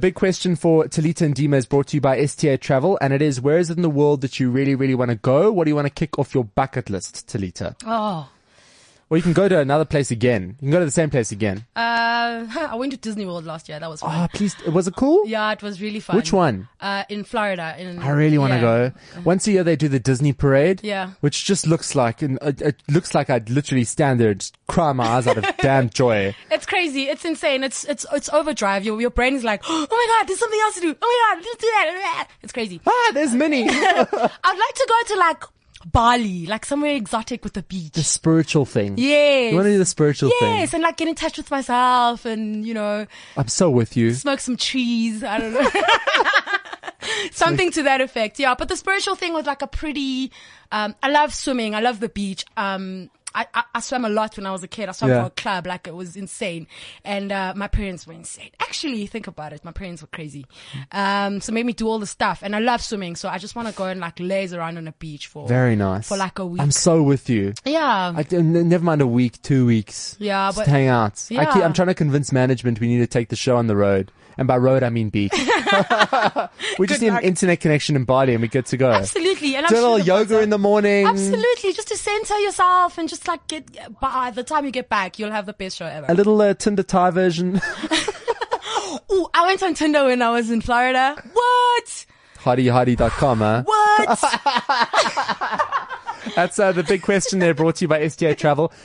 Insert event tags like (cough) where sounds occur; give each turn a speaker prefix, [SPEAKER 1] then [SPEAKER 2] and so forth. [SPEAKER 1] Big question for Talita and Dima is brought to you by STA Travel, and it is where is it in the world that you really, really want to go? What do you want to kick off your bucket list, Talita?
[SPEAKER 2] Oh,
[SPEAKER 1] Well, you can go to another place again. You can go to the same place again.
[SPEAKER 2] uh, (laughs) I went to Disney World last year. That was fun.
[SPEAKER 1] Ah, please, was it cool?
[SPEAKER 2] Oh, yeah, it was really fun.
[SPEAKER 1] Which one?
[SPEAKER 2] Uh, in Florida. In,
[SPEAKER 1] I really want to
[SPEAKER 2] yeah.
[SPEAKER 1] go. Once a year they do the Disney parade.
[SPEAKER 2] Yeah.
[SPEAKER 1] Which just looks like, and it, it looks like I'd literally stand there and just cry my eyes out
[SPEAKER 2] (laughs)
[SPEAKER 1] of damn joy.
[SPEAKER 2] It's crazy. It's insane. It's it's it's overdrive. Your your brain is like, (gasps) oh my god, there's something else to do. Oh my god, let's do that. (laughs) It's crazy.
[SPEAKER 1] Ah, there's
[SPEAKER 2] (laughs)
[SPEAKER 1] Minnie.
[SPEAKER 2] I'd like to go to like Bali, like somewhere exotic with a beach.
[SPEAKER 1] the spiritual thing.
[SPEAKER 2] yes.
[SPEAKER 1] You want to do the spiritual
[SPEAKER 2] yes,
[SPEAKER 1] thing?
[SPEAKER 2] and like get in touch with myself, and you know,
[SPEAKER 1] I'm so with you.
[SPEAKER 2] smoke some trees. I don't know. (laughs) Something to that effect. Yeah. But the spiritual thing was like a pretty, um, I love swimming. I love the beach. Um, I, I, I swam a lot when I was a kid. I swam
[SPEAKER 1] Yeah.
[SPEAKER 2] for a club. Like it was insane. And, uh, my parents were insane. Actually, think about it. My parents were crazy. Um, so made me do all the stuff and I love swimming. So I just want to go and like laze around on a beach for,
[SPEAKER 1] Very nice.
[SPEAKER 2] for like a week.
[SPEAKER 1] I'm so with you.
[SPEAKER 2] yeah.
[SPEAKER 1] I, n- never mind a week, two weeks.
[SPEAKER 2] Yeah,
[SPEAKER 1] just
[SPEAKER 2] but-
[SPEAKER 1] hang out. I keep,
[SPEAKER 2] Yeah.
[SPEAKER 1] I'm trying to convince management we need to take the show on the road, and by road I mean
[SPEAKER 2] (laughs)
[SPEAKER 1] beach. (laughs) we just need an
[SPEAKER 2] luck.
[SPEAKER 1] internet connection in Bali, and we're good to go.
[SPEAKER 2] Absolutely. And I'm
[SPEAKER 1] Do a
[SPEAKER 2] sure
[SPEAKER 1] little
[SPEAKER 2] the
[SPEAKER 1] yoga in the morning.
[SPEAKER 2] Absolutely, just to center yourself and just like get by the time you get back, you'll have the best show
[SPEAKER 1] A
[SPEAKER 2] ever.
[SPEAKER 1] little uh, Tinder Thai version. (laughs)
[SPEAKER 2] Ooh, I went on Tinder when I was in Florida. What?
[SPEAKER 1] HottyHotty.com, huh?
[SPEAKER 2] What?
[SPEAKER 1] That's uh, the big question there brought to you by STA Travel.